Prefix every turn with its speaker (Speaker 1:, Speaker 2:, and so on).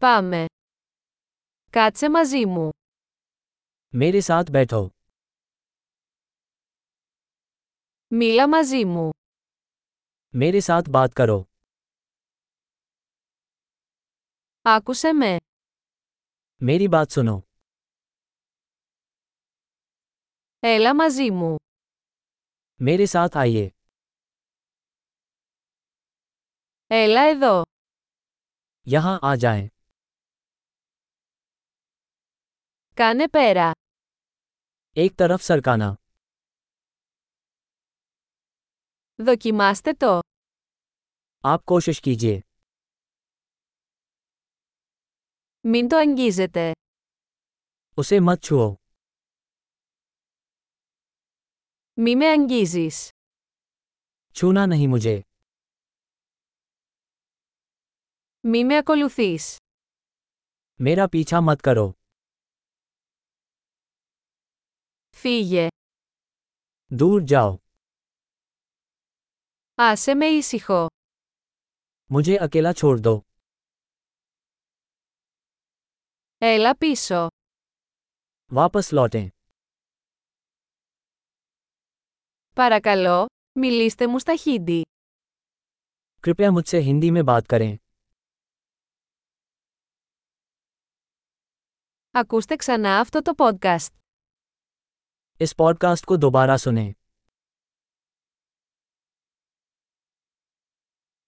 Speaker 1: Πάμε. Κάτσε μαζί μου.
Speaker 2: मेरे साथ बैठो
Speaker 1: Μίλα μαζί μου.
Speaker 2: मेरे साथ बात करो
Speaker 1: Άκουσε με.
Speaker 2: मेरी बात सुनो
Speaker 1: Έλα μαζί μου.
Speaker 2: मेरे साथ आइए
Speaker 1: Έλα εδώ.
Speaker 2: यहाँ आ जाएं।
Speaker 1: Κάνε πέρα.
Speaker 2: एक तरफ सरकाना
Speaker 1: Δοκιμάστε το.
Speaker 2: आप कोशिश कीजिए
Speaker 1: Μην το αγγίζετε.
Speaker 2: उसे मत छुओ
Speaker 1: Μη με αγγίζεις.
Speaker 2: छूना नहीं मुझे
Speaker 1: Μη με ακολουθείς.
Speaker 2: मेरा पीछा मत करो
Speaker 1: Φύγε.
Speaker 2: दूर जाओ
Speaker 1: Άσε με ήσυχο.
Speaker 2: मुझे अकेला छोड़ दो
Speaker 1: Έλα πίσω.
Speaker 2: वापस लौटें
Speaker 1: Παρακαλώ, μιλήστε μου στα χίντι.
Speaker 2: कृपया मुझसे हिंदी में बात करें
Speaker 1: Ακούστε ξανά αυτό το podcast.
Speaker 2: इस पॉडकास्ट को दोबारा सुनें